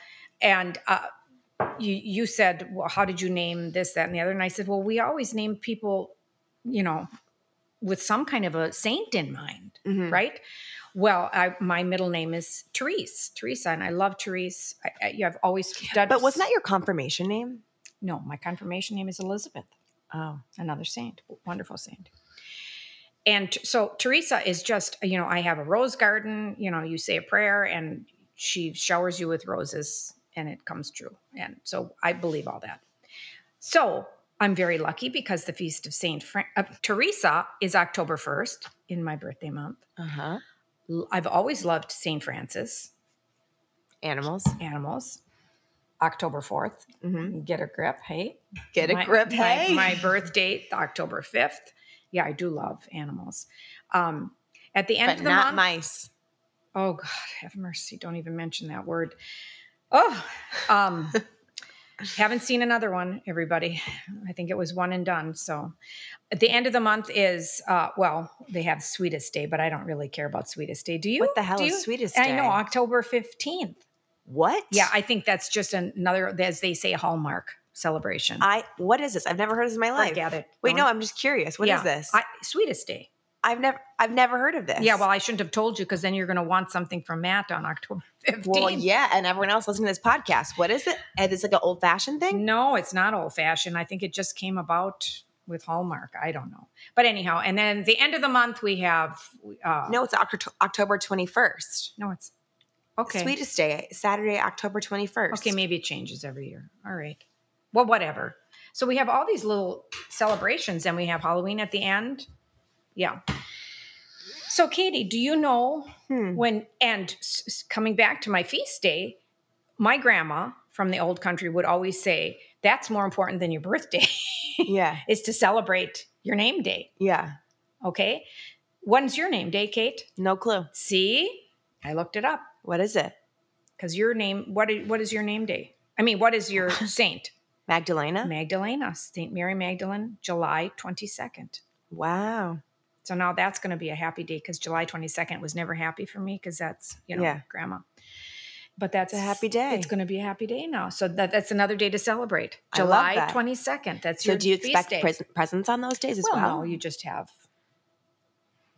Speaker 2: and uh, you you said, well, how did you name this, that, and the other? And I said, well, we always name people, you know, with some kind of a saint in mind
Speaker 1: Mhm.
Speaker 2: right? Well, I, my middle name is Therese, Teresa, and I love Therese. I, I, you have always done.
Speaker 1: But wasn't that your confirmation name?
Speaker 2: No, my confirmation name is Elizabeth,
Speaker 1: Oh.
Speaker 2: another saint, wonderful saint. And t- so Teresa is just, you know, I have a rose garden. You know, you say a prayer, and she showers you with roses, and it comes true. And so I believe all that. So I'm very lucky because the feast of Saint Fran- uh, Teresa is October first in my birthday month.
Speaker 1: Uh
Speaker 2: Uh-huh.
Speaker 1: huh.
Speaker 2: I've always loved St. Francis
Speaker 1: Animals.
Speaker 2: animals. October 4th.
Speaker 1: Mhm.
Speaker 2: Get a grip, hey?
Speaker 1: Get a
Speaker 2: My-
Speaker 1: grip,
Speaker 2: my-
Speaker 1: hey.
Speaker 2: My, birth date, October 5th. Yeah, I do love animals. Um, at the end
Speaker 1: but
Speaker 2: of the
Speaker 1: not
Speaker 2: month,
Speaker 1: mice.
Speaker 2: oh God, have mercy. Don't even mention that word. Oh, um, haven't seen another one, everybody. I think it was one and done. So at the end of the month is, uh, well, they have sweetest day, but I don't really care about sweetest day. Do you?
Speaker 1: What the hell
Speaker 2: Do
Speaker 1: is
Speaker 2: you-
Speaker 1: sweetest
Speaker 2: I know,
Speaker 1: day?
Speaker 2: October 15th.
Speaker 1: What?
Speaker 2: Yeah, I think that's just another, as they say, hallmark celebration.
Speaker 1: I what is this? I've never heard of this in my life.
Speaker 2: Forget it.
Speaker 1: Wait,
Speaker 2: Don't-
Speaker 1: no, I'm just curious. What is
Speaker 2: Yeah.
Speaker 1: this?
Speaker 2: I, sweetest day.
Speaker 1: I, have never I've never heard of this.
Speaker 2: Yeah, well, I shouldn't have told you because then you're going to want something from Matt on October 15th.
Speaker 1: well, yeah, and everyone else listening to this podcast, what is it? And it's like an old fashioned thing.
Speaker 2: No, it's not old fashioned. I think it just came about with Hallmark. I don't know. But anyhow, and then at the end of the month, we have. Uh,
Speaker 1: No, it's Oct- October twenty first.
Speaker 2: No, it's. Okay.
Speaker 1: Sweetest Day, Saturday, October twenty first.
Speaker 2: Okay, maybe it changes every year. All right. Well, whatever. So we have all these little celebrations and we have Halloween at the end. Yeah. So, Katie, do you know
Speaker 1: Hmm.
Speaker 2: when, and s- s- coming back to my feast day, my grandma from the old country would always say, that's more important than your birthday,
Speaker 1: yeah,
Speaker 2: is to celebrate your name day.
Speaker 1: yeah.
Speaker 2: Okay. When's your name day, Kate?
Speaker 1: No clue.
Speaker 2: See, I looked it up
Speaker 1: What is it?
Speaker 2: because your name, what is, what is your name day? I mean, what is your saint?
Speaker 1: Magdalena.
Speaker 2: Magdalena, St. Mary Magdalene, July 22nd.
Speaker 1: wow.
Speaker 2: So now that's going to be a happy day because July 22nd was never happy for me because that's, you know,
Speaker 1: Yeah.
Speaker 2: grandma. But that's
Speaker 1: a happy day.
Speaker 2: It's going to be a happy day now. So that, that's another day to celebrate.
Speaker 1: I love
Speaker 2: July
Speaker 1: that.
Speaker 2: 22nd. That's
Speaker 1: So
Speaker 2: your
Speaker 1: do you
Speaker 2: feast
Speaker 1: expect
Speaker 2: day.
Speaker 1: pres- presents on those days as
Speaker 2: well,
Speaker 1: well?
Speaker 2: no, you just have.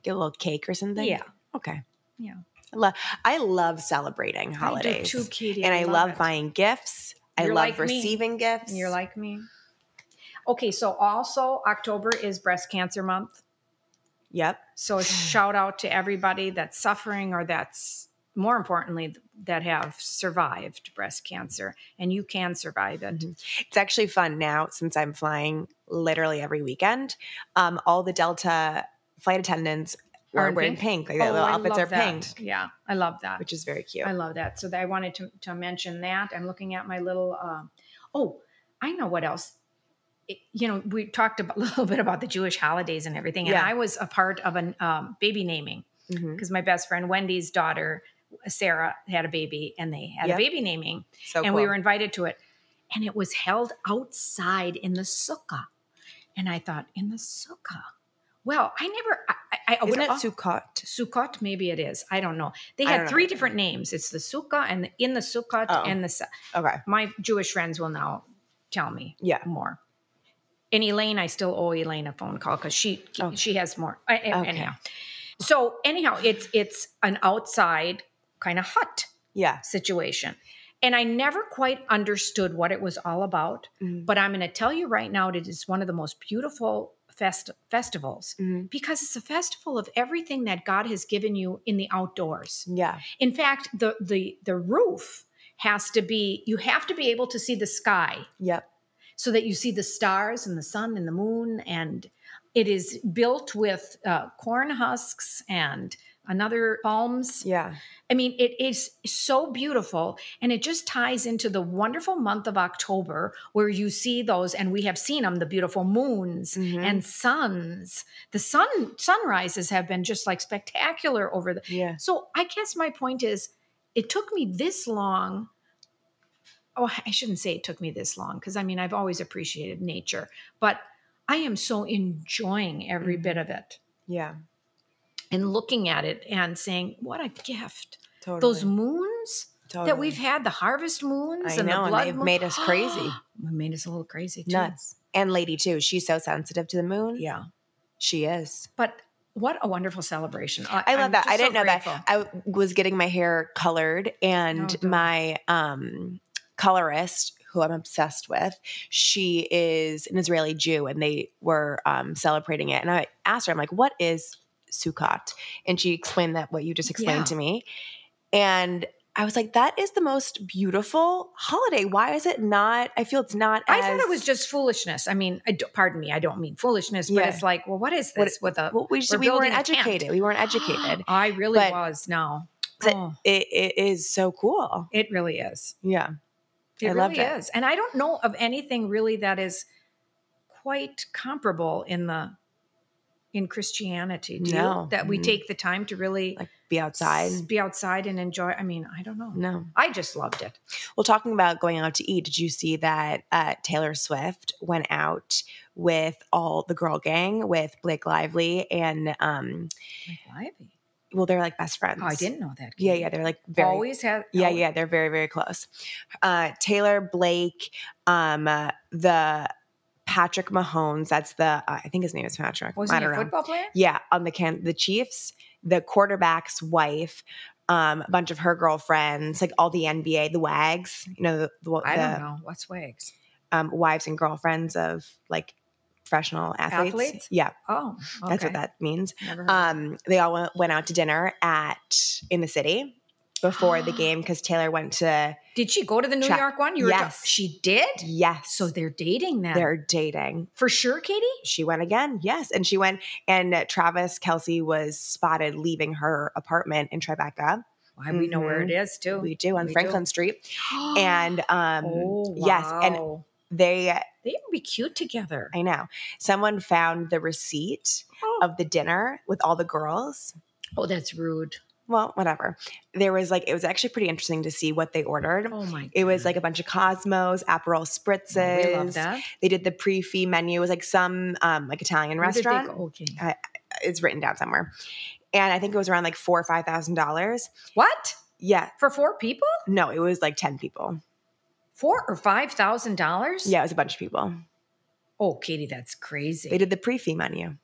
Speaker 1: Get a little cake or something.
Speaker 2: Yeah.
Speaker 1: Okay.
Speaker 2: Yeah.
Speaker 1: I love I love celebrating holidays.
Speaker 2: I do too, Katie.
Speaker 1: and I, love,
Speaker 2: it.
Speaker 1: buying gifts. I
Speaker 2: You're
Speaker 1: love
Speaker 2: like me.
Speaker 1: receiving gifts.
Speaker 2: You're like me. Okay, so also October is breast cancer month.
Speaker 1: yep.
Speaker 2: So a shout out to everybody that's suffering or that's more importantly that have survived breast cancer and you can survive it.
Speaker 1: Mhm. It's actually fun now since I'm flying literally every weekend. Um, all the Delta flight attendants
Speaker 2: Are
Speaker 1: are
Speaker 2: in
Speaker 1: wearing pink. Like their
Speaker 2: Oh,
Speaker 1: little
Speaker 2: I
Speaker 1: outfits
Speaker 2: love
Speaker 1: are
Speaker 2: that.
Speaker 1: pink,
Speaker 2: Yeah, I love that.
Speaker 1: which is very cute.
Speaker 2: I love that. So that I wanted to, to mention that. I'm looking at my little uh, oh, I know what else. It- you know, we talked a little bit about the Jewish holidays and everything,
Speaker 1: Yeah.
Speaker 2: and I was a part of a um, baby naming
Speaker 1: Mhm.
Speaker 2: because my best friend Wendy's daughter Sarah had a baby, and they had
Speaker 1: Yeah.
Speaker 2: a baby naming,
Speaker 1: So
Speaker 2: and we
Speaker 1: cool.
Speaker 2: were invited to it. And it was held outside in the sukkah. And I thought, in the sukkah? Well, I never, I, I, I
Speaker 1: Isn't
Speaker 2: wouldn't.
Speaker 1: it Sukkot?
Speaker 2: Sukkot, maybe it is. I don't know. They
Speaker 1: I
Speaker 2: had
Speaker 1: don't
Speaker 2: three
Speaker 1: know.
Speaker 2: different names. It's the sukkah and the, in the sukkot
Speaker 1: Oh.
Speaker 2: and the. su-
Speaker 1: Okay.
Speaker 2: My Jewish friends will now tell me
Speaker 1: Yeah.
Speaker 2: more. And Elaine, I still owe Elaine a phone call because she
Speaker 1: Oh.
Speaker 2: she has more. I- I-
Speaker 1: Okay.
Speaker 2: Anyhow, so anyhow, it's it's an outside kind of hut
Speaker 1: Yeah.
Speaker 2: situation. And I never quite understood what it was all about,
Speaker 1: Mhm.
Speaker 2: but I'm going to tell you right now that it is one of the most beautiful fest- festivals
Speaker 1: Mhm.
Speaker 2: because it's a festival of everything that God has given you in the outdoors.
Speaker 1: Yeah.
Speaker 2: In fact, the the the roof has to be you have to be able to see the sky
Speaker 1: Yep.
Speaker 2: so that you see the stars and the sun and the moon and it is built with uh, corn husks and another palms
Speaker 1: Yeah.
Speaker 2: I mean, it is so beautiful. And it just ties into the wonderful month of October where you see those, and we have seen them the beautiful moons
Speaker 1: Mhm.
Speaker 2: and suns. The sun sunrises have been just like spectacular over the.
Speaker 1: Yeah.
Speaker 2: So I guess my point is it took me this long. Oh, I shouldn't say it took me this long because I mean, I've always appreciated nature, but I am so enjoying every
Speaker 1: Mhm.
Speaker 2: bit of it
Speaker 1: Yeah.
Speaker 2: and looking at it and saying, what a gift
Speaker 1: Totally.
Speaker 2: those moons
Speaker 1: totally.
Speaker 2: that we've had the harvest moons
Speaker 1: Oh. I
Speaker 2: and
Speaker 1: know,
Speaker 2: the
Speaker 1: and
Speaker 2: blood
Speaker 1: they've
Speaker 2: moon-
Speaker 1: made us crazy.
Speaker 2: It made us a little crazy too.
Speaker 1: Nuts. and Lady too. She's so sensitive to the moon.
Speaker 2: Yeah.
Speaker 1: She is.
Speaker 2: But what a wonderful celebration. I,
Speaker 1: I love
Speaker 2: I'm
Speaker 1: that.
Speaker 2: just
Speaker 1: I didn't
Speaker 2: so
Speaker 1: know
Speaker 2: grateful.
Speaker 1: that. I w- was getting my hair colored, and
Speaker 2: Oh, good.
Speaker 1: my um, colorist, who I'm obsessed with, she is an Israeli Jew, and they were um, celebrating it. And I asked her, I'm like, "What is Sukkot?" And she explained that what you just explained
Speaker 2: Yeah.
Speaker 1: to me, and. I was like, that is the most beautiful holiday. Why is it not? I feel it's not.
Speaker 2: I thought
Speaker 1: as-
Speaker 2: it was just foolishness. I mean, I do, pardon me, I don't mean foolishness, but
Speaker 1: Yeah.
Speaker 2: it's like, well, what is
Speaker 1: What-
Speaker 2: this with a?
Speaker 1: Well, we just,
Speaker 2: we're
Speaker 1: we
Speaker 2: building
Speaker 1: weren't
Speaker 2: a tent.
Speaker 1: educated. We weren't educated.
Speaker 2: I really
Speaker 1: But-
Speaker 2: was. No,
Speaker 1: But-
Speaker 2: oh,
Speaker 1: it, it is so cool.
Speaker 2: it really is.
Speaker 1: Yeah.
Speaker 2: It
Speaker 1: I
Speaker 2: really
Speaker 1: loved it.
Speaker 2: is. And I don't know of anything really that is quite comparable in the in Christianity. Do you?
Speaker 1: No.
Speaker 2: That we
Speaker 1: Mm.
Speaker 2: take the time to really
Speaker 1: Like be outside.
Speaker 2: s- be outside and enjoy. I mean, I don't know.
Speaker 1: No.
Speaker 2: I just loved it.
Speaker 1: Well, talking about going out to eat, did you see that uh, Taylor Swift went out with all the girl gang with Blake Lively and um,
Speaker 2: Like Lively.
Speaker 1: well, they're like best friends.
Speaker 2: Oh, I didn't Oh. know that.
Speaker 1: Yeah,
Speaker 2: Katie.
Speaker 1: yeah, they're like very.
Speaker 2: always have.
Speaker 1: Yeah,
Speaker 2: always-
Speaker 1: yeah, they're very, very close. Uh, Taylor Blake, um, uh, the Patrick Mahomes. That's the uh, I think his name is Patrick. I
Speaker 2: Wasn't he
Speaker 1: don't
Speaker 2: a
Speaker 1: know.
Speaker 2: football player?
Speaker 1: Yeah, on the can the Chiefs, the quarterback's wife, um, a bunch of her girlfriends, like all the NBA, the wags, you know, the, the,
Speaker 2: I
Speaker 1: the,
Speaker 2: don't know. What's Wags?
Speaker 1: um, wives and girlfriends of like professional athletes.
Speaker 2: Athletes?
Speaker 1: Yeah,
Speaker 2: Oh,
Speaker 1: that's what
Speaker 2: okay. Mm-hmm.
Speaker 1: that means.
Speaker 2: Never heard of
Speaker 1: Um, they all went, went out to dinner at in the city before the game because Taylor went to
Speaker 2: it. Did she go to the New
Speaker 1: Cha-
Speaker 2: York one? You were ta-
Speaker 1: Yes.
Speaker 2: she did.
Speaker 1: yes,
Speaker 2: So they're dating then.
Speaker 1: they're dating.
Speaker 2: for sure, Katie.
Speaker 1: She went again, yes, and she went, and uh, Travis Kelsey was spotted leaving her apartment in Tribeca.
Speaker 2: Why we know where it is too.
Speaker 1: Mm-hmm. We do on
Speaker 2: We do. Oh,
Speaker 1: Franklin Street, and um, yes, and
Speaker 2: wow.
Speaker 1: they
Speaker 2: they would be cute together.
Speaker 1: I know. Someone found the receipt
Speaker 2: Oh.
Speaker 1: of the dinner with all the girls.
Speaker 2: oh, that's rude.
Speaker 1: Well, whatever. There was like, it was actually pretty interesting to see what they ordered.
Speaker 2: Oh my.
Speaker 1: It was
Speaker 2: God.
Speaker 1: like a bunch of Cosmos, Aperol
Speaker 2: Oh,
Speaker 1: spritzes.
Speaker 2: we love that
Speaker 1: They did the pre fee menu. It was like some um, like Italian
Speaker 2: Where did they
Speaker 1: restaurant. Uh,
Speaker 2: go? Okay.
Speaker 1: It's written down somewhere, and I think it was around like four or five thousand dollars.
Speaker 2: What
Speaker 1: Yeah,
Speaker 2: for four people?
Speaker 1: no, it was like ten people.
Speaker 2: Four or five thousand dollars?
Speaker 1: Yeah, it was a bunch of people.
Speaker 2: Oh, Katie, that's crazy.
Speaker 1: They did the pre fee menu.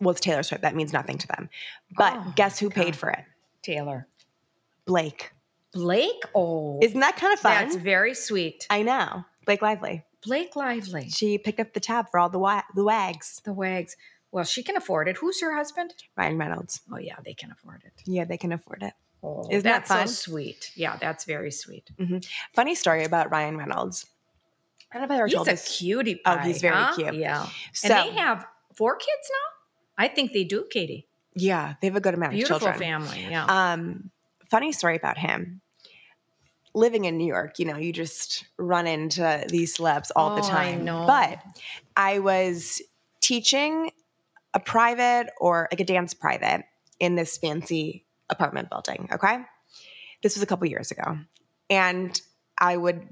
Speaker 1: Well, it's Taylor Swift. That means nothing to them. But
Speaker 2: Oh,
Speaker 1: guess who paid
Speaker 2: God.
Speaker 1: for it?
Speaker 2: Taylor
Speaker 1: Blake.
Speaker 2: Blake. Oh,
Speaker 1: Isn't that kind of fun?
Speaker 2: that's very sweet.
Speaker 1: I know. Blake Lively.
Speaker 2: Blake Lively.
Speaker 1: She picked up the tab for all the wa- the wags.
Speaker 2: The Wags. Well, she can afford it. Who's her husband?
Speaker 1: Ryan Reynolds.
Speaker 2: Oh, yeah, they can afford it.
Speaker 1: Yeah, they can afford it.
Speaker 2: Oh,
Speaker 1: Isn't that
Speaker 2: that's
Speaker 1: fun?
Speaker 2: so sweet. Yeah, that's very sweet.
Speaker 1: Funny story about Ryan Reynolds. I don't know if I ever
Speaker 2: He's
Speaker 1: told
Speaker 2: a
Speaker 1: this.
Speaker 2: cutie
Speaker 1: Oh,
Speaker 2: pie.
Speaker 1: he's very
Speaker 2: huh?
Speaker 1: cute.
Speaker 2: Yeah.
Speaker 1: So,
Speaker 2: And they have four kids now? I think they do, Katie.
Speaker 1: yeah, they have a good amount
Speaker 2: Beautiful
Speaker 1: of children.
Speaker 2: family. Yeah.
Speaker 1: Um, funny story about him. Living in New York, you know, you just run into these celebs all the
Speaker 2: Oh, I
Speaker 1: time.
Speaker 2: know.
Speaker 1: But I was teaching a private or like a dance private in this fancy apartment building. Okay. This was a couple years ago. And I would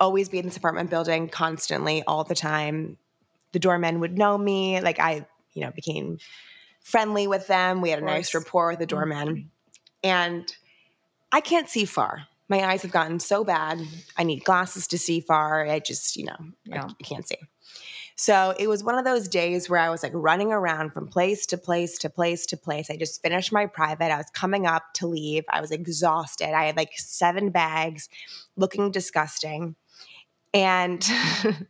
Speaker 1: always be in this apartment building constantly, all the time. The doormen would know me. Like I, you know, became friendly with them. We had a
Speaker 2: Of
Speaker 1: nice
Speaker 2: course.
Speaker 1: rapport with the doorman. And I can't see far. My eyes have gotten so bad. I need glasses to see far. I just, you know,
Speaker 2: yeah.
Speaker 1: I can't see. So it was one of those days where I was like running around from place to place to place to place. I just finished my private. I was coming up to leave. I was exhausted. I had like seven bags, looking disgusting. And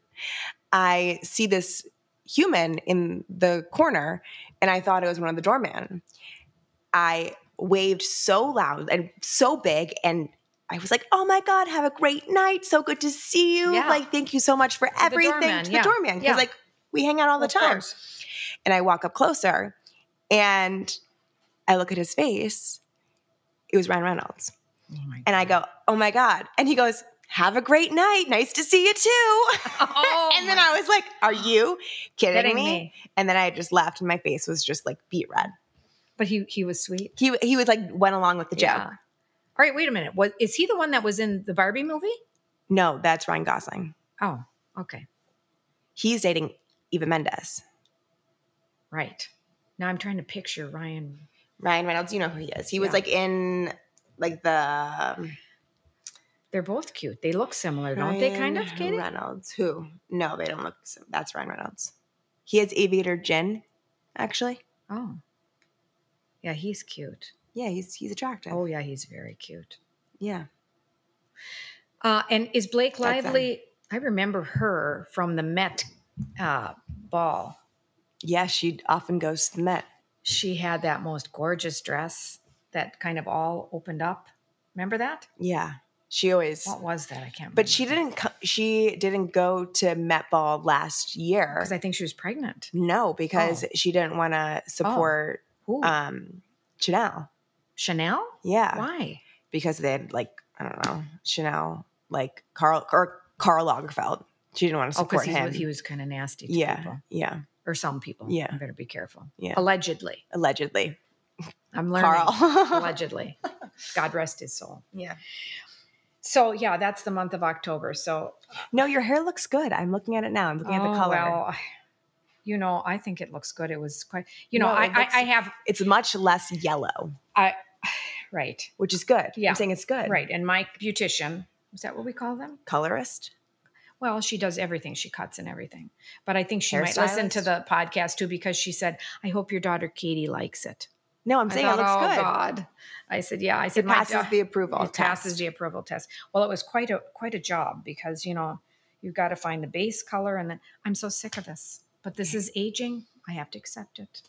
Speaker 1: I see this human in the corner, and I thought it was one of the doorman. I waved so loud and so big and I was like, "Oh my god, have a great night. So good to see you.
Speaker 2: Yeah.
Speaker 1: Like thank you so much for
Speaker 2: the
Speaker 1: everything
Speaker 2: doorman,
Speaker 1: to the
Speaker 2: yeah.
Speaker 1: doorman because
Speaker 2: Yeah.
Speaker 1: like we hang out all the
Speaker 2: Of
Speaker 1: time.
Speaker 2: course.
Speaker 1: And I walk up closer, and I look at his face. It was Ryan Reynolds,
Speaker 2: Oh my
Speaker 1: and I
Speaker 2: God.
Speaker 1: go, "Oh my god!" And he goes, "Have a great night. Nice to see you too."
Speaker 2: Oh,
Speaker 1: and then
Speaker 2: my-
Speaker 1: I was like, "Are you kidding,
Speaker 2: kidding
Speaker 1: me?
Speaker 2: me.
Speaker 1: And then I just laughed, and my face was just like beet red.
Speaker 2: But he he was sweet.
Speaker 1: He he was like went along with the joke.
Speaker 2: Yeah. All right, wait a minute. Was is he the one that was in the Barbie movie?
Speaker 1: No, that's Ryan Gosling.
Speaker 2: Oh, okay.
Speaker 1: He's dating Eva Mendes.
Speaker 2: Right. Now I'm trying to picture Ryan.
Speaker 1: Ryan Reynolds, you know who he is. He was
Speaker 2: Yeah.
Speaker 1: like in like the um,
Speaker 2: They're both cute. They look similar, don't they? Kind of,
Speaker 1: Ryan
Speaker 2: Katie?
Speaker 1: Reynolds. Who? No, they don't look. sim- That's Ryan Reynolds. He has aviator gin, actually.
Speaker 2: Oh. Yeah, he's cute.
Speaker 1: Yeah, he's he's attractive.
Speaker 2: Oh, yeah, he's very cute.
Speaker 1: Yeah,
Speaker 2: Uh, and is Blake
Speaker 1: That's um, him.
Speaker 2: Lively? I remember her from the Met uh, ball.
Speaker 1: yeah. She often goes to the Met.
Speaker 2: She had that most gorgeous dress that kind of all opened up. Remember that?
Speaker 1: Yeah, she always.
Speaker 2: What was that? I can't.
Speaker 1: But she didn't. co- She didn't go to Met Ball last year.
Speaker 2: because I think she was pregnant.
Speaker 1: no, because
Speaker 2: Oh.
Speaker 1: she didn't want to support
Speaker 2: Who?
Speaker 1: um Chanel.
Speaker 2: Chanel?
Speaker 1: Yeah,
Speaker 2: Why?
Speaker 1: because they had like I don't know Chanel like Carl or Carl Lagerfeld. She didn't want to
Speaker 2: Oh, because
Speaker 1: support
Speaker 2: he
Speaker 1: him.
Speaker 2: was, he was kind of nasty to
Speaker 1: yeah,
Speaker 2: people
Speaker 1: yeah,
Speaker 2: or some people.
Speaker 1: Yeah.
Speaker 2: You better be careful.
Speaker 1: Yeah.
Speaker 2: Allegedly.
Speaker 1: allegedly.
Speaker 2: I'm learning.
Speaker 1: Carl.
Speaker 2: Allegedly. God rest his soul.
Speaker 1: yeah.
Speaker 2: So yeah, that's the month of October. So
Speaker 1: No, your hair looks good. I'm looking at it now. I'm looking at
Speaker 2: Oh,
Speaker 1: the color.
Speaker 2: Well, you know, I think it looks good. It was quite you know,
Speaker 1: No, it
Speaker 2: I,
Speaker 1: looks-
Speaker 2: I I have
Speaker 1: It's much less yellow,
Speaker 2: right.
Speaker 1: which is good.
Speaker 2: Yeah.
Speaker 1: I'm saying it's good.
Speaker 2: Right. And my beautician, is that what we call them?
Speaker 1: Colorist.
Speaker 2: Well, she does everything. She cuts and everything. But I think she might listen to
Speaker 1: Hairstylist?
Speaker 2: the podcast too because she said, I hope your daughter Katie likes it.
Speaker 1: No, I'm saying
Speaker 2: I
Speaker 1: it looks
Speaker 2: thought,
Speaker 1: good.
Speaker 2: "Oh, God. I said, Yeah. I said,
Speaker 1: It
Speaker 2: "My
Speaker 1: passes
Speaker 2: da-
Speaker 1: the approval.
Speaker 2: it passes the approval test. Well, it was quite a quite a job because you know, you've got to find the base color and then I'm so sick of this. But this is aging. I have to accept it.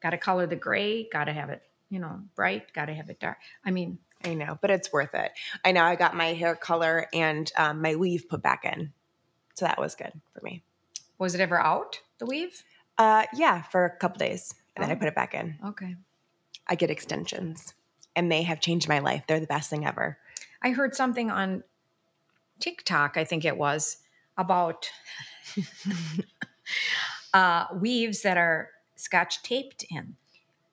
Speaker 2: Gotta color the gray, gotta have it, you know, bright, gotta have it dark. I mean,
Speaker 1: I know, but it's worth it. I know I got my hair color and um, my weave put back in. So that was good for me.
Speaker 2: was it ever out, the weave?
Speaker 1: Uh, yeah, for a couple days. And then I
Speaker 2: Oh.
Speaker 1: put it back in.
Speaker 2: Okay.
Speaker 1: I get extensions and they have changed my life. They're the best thing ever.
Speaker 2: I heard something on TikTok, I think it was, about uh, weaves that are scotch taped in.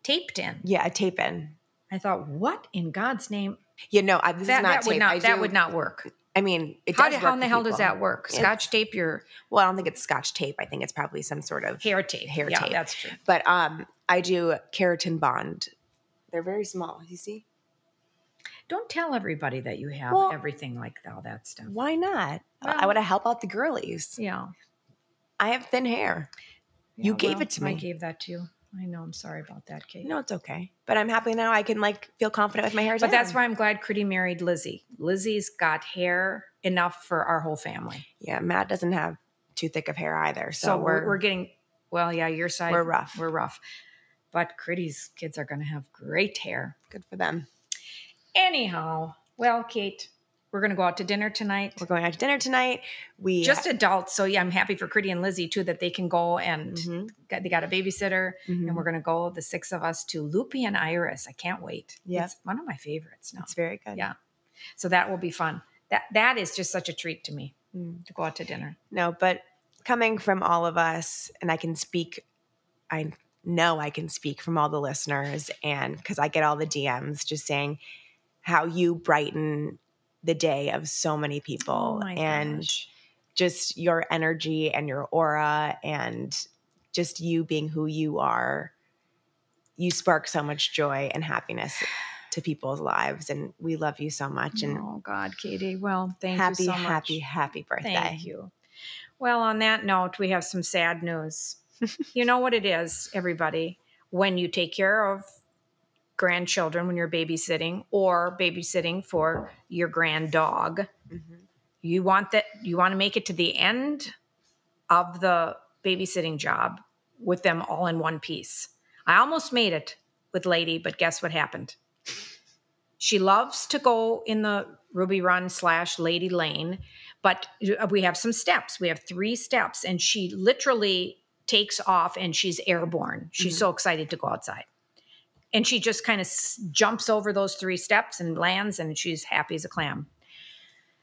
Speaker 2: Taped in.
Speaker 1: Yeah, a tape in.
Speaker 2: I thought, what in God's name?
Speaker 1: You know, I, this is
Speaker 2: that
Speaker 1: not
Speaker 2: that
Speaker 1: tape.
Speaker 2: would not
Speaker 1: I
Speaker 2: that
Speaker 1: do-
Speaker 2: would not work.
Speaker 1: I mean, it
Speaker 2: How,
Speaker 1: does.
Speaker 2: do- how
Speaker 1: work
Speaker 2: in the
Speaker 1: for
Speaker 2: hell does
Speaker 1: people.
Speaker 2: that work?
Speaker 1: It's-
Speaker 2: Scotch tape your
Speaker 1: Well, I don't think it's scotch tape. I think it's probably some sort of.
Speaker 2: hair tape.
Speaker 1: Hair
Speaker 2: yeah,
Speaker 1: tape.
Speaker 2: That's true.
Speaker 1: But um, I do keratin bond. They're very small. You see?
Speaker 2: Don't tell everybody that you have
Speaker 1: Well-
Speaker 2: everything like all that stuff.
Speaker 1: Why not? I
Speaker 2: Well-
Speaker 1: want to help out the girlies.
Speaker 2: Yeah.
Speaker 1: I have thin hair. You
Speaker 2: Yeah,
Speaker 1: gave
Speaker 2: well,
Speaker 1: it to
Speaker 2: I
Speaker 1: me.
Speaker 2: gave that to you. I know. I'm sorry about that, Kate.
Speaker 1: No, it's okay. But I'm happy now. I can like feel confident with my hair.
Speaker 2: But that's
Speaker 1: down.
Speaker 2: why I'm glad Critty married Lizzie. Lizzie's got hair enough for our whole family.
Speaker 1: Yeah, Matt doesn't have too thick of hair either, so,
Speaker 2: So, we're,
Speaker 1: we're
Speaker 2: we're getting, well, yeah, your side.
Speaker 1: We're rough.
Speaker 2: We're rough. But Critty's kids are going to have great hair.
Speaker 1: good for them.
Speaker 2: Anyhow, well, Kate, we're going to go out to dinner tonight.
Speaker 1: We're going out to dinner tonight. We
Speaker 2: Just adults. So yeah, I'm happy for Critty and Lizzie too that they can go and
Speaker 1: Mhm,
Speaker 2: got, they got a babysitter.
Speaker 1: mhm.
Speaker 2: And we're going to go, the six of us, to Loopy and Iris. I can't wait.
Speaker 1: Yeah.
Speaker 2: It's one of my favorites now.
Speaker 1: it's very good.
Speaker 2: Yeah. So that will be fun. That That is just such a treat to me
Speaker 1: Mm.
Speaker 2: to go out to dinner.
Speaker 1: No, but coming from all of us, and I can speak. I know I can speak from all the listeners, and because I get all the DMs just saying how you brighten the day of so many people, and
Speaker 2: Oh gosh.
Speaker 1: just your energy and your aura and just you being who you are you spark so much joy and happiness to people's lives and we love you so much and
Speaker 2: oh God, Katie. Well, thank
Speaker 1: happy
Speaker 2: you so much.
Speaker 1: happy happy birthday
Speaker 2: Thank you. Well, on that note, we have some sad news. you know what it is, everybody. When you take care of grandchildren when you're babysitting or babysitting for your grand dog,
Speaker 1: Mhm.
Speaker 2: you want that you want to make it to the end of the babysitting job with them all in one piece. I almost made it with Lady, but guess what happened? She loves to go in the Ruby Run slash Lady Lane, but we have some steps. We have three steps, and she literally takes off and she's airborne. She's
Speaker 1: Mhm.
Speaker 2: so excited to go outside. And she just kind of s- jumps over those three steps and lands, and she's happy as a clam.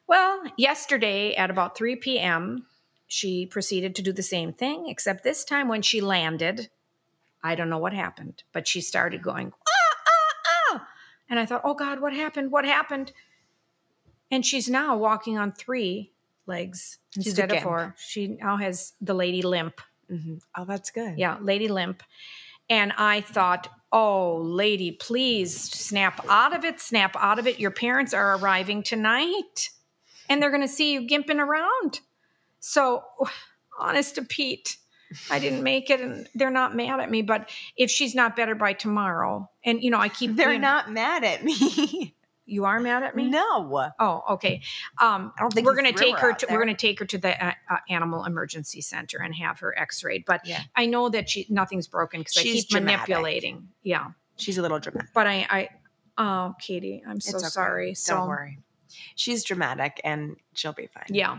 Speaker 2: Well, yesterday at about 3 p.m., she proceeded to do the same thing, except this time when she landed, I don't know what happened, but she started going, ah, ah, ah. And I thought, oh God, what happened? What happened? And she's now walking on three legs
Speaker 1: She's a
Speaker 2: instead of
Speaker 1: gimp.
Speaker 2: four. She now has the lady limp. Mm-hmm.
Speaker 1: Mhm. oh that's good
Speaker 2: Yeah, Lady Limp. And I thought, oh, lady, please snap out of it, snap out of it. Your parents are arriving tonight and they're going to see you gimping around. So, honest to Pete, I didn't make it and they're not mad at me. But if she's not better by tomorrow, and you know, I keep.
Speaker 1: they're
Speaker 2: you know-
Speaker 1: not mad at me
Speaker 2: You are mad at me?
Speaker 1: no
Speaker 2: Oh, okay. Um,
Speaker 1: don't think
Speaker 2: we're
Speaker 1: you
Speaker 2: going to
Speaker 1: threw
Speaker 2: take
Speaker 1: her
Speaker 2: her.
Speaker 1: out
Speaker 2: To,
Speaker 1: there.
Speaker 2: we're going to take her to the uh, uh, animal emergency center and have her X-rayed. But
Speaker 1: Yeah.
Speaker 2: I know that she nothing's broken because I
Speaker 1: She's
Speaker 2: keep
Speaker 1: dramatic.
Speaker 2: manipulating. Yeah,
Speaker 1: she's a little dramatic
Speaker 2: but I, I, oh, Katie, I'm so
Speaker 1: It's okay.
Speaker 2: sorry. so
Speaker 1: don't worry she's dramatic and she'll be fine
Speaker 2: yeah,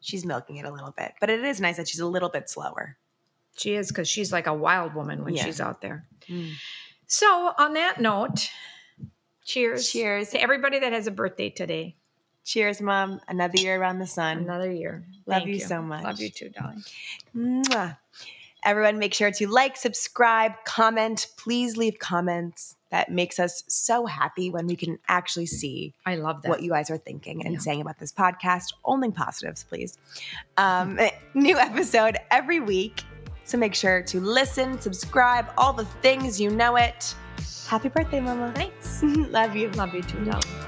Speaker 1: she's milking it a little bit but it is nice that she's a little bit slower
Speaker 2: she is because she's like a wild woman when
Speaker 1: Yeah.
Speaker 2: she's out there. So on that note, cheers,
Speaker 1: Cheers.
Speaker 2: to everybody that has a birthday today.
Speaker 1: Cheers, mom. Another year around the sun.
Speaker 2: Another year.
Speaker 1: Love
Speaker 2: Thank
Speaker 1: you so much.
Speaker 2: Love you too, Dolly.
Speaker 1: Mwah. Everyone, make sure to like, subscribe, comment. Please leave comments. That makes us so happy when we can actually see
Speaker 2: I love that.
Speaker 1: what you guys are thinking and
Speaker 2: Yeah.
Speaker 1: saying about this podcast. Only positives, please. Um, new episode every week. So make sure to listen, subscribe, all the things. You know it. Happy birthday, Mama.
Speaker 2: Thanks.
Speaker 1: Love you.
Speaker 2: Love you too, Dolly.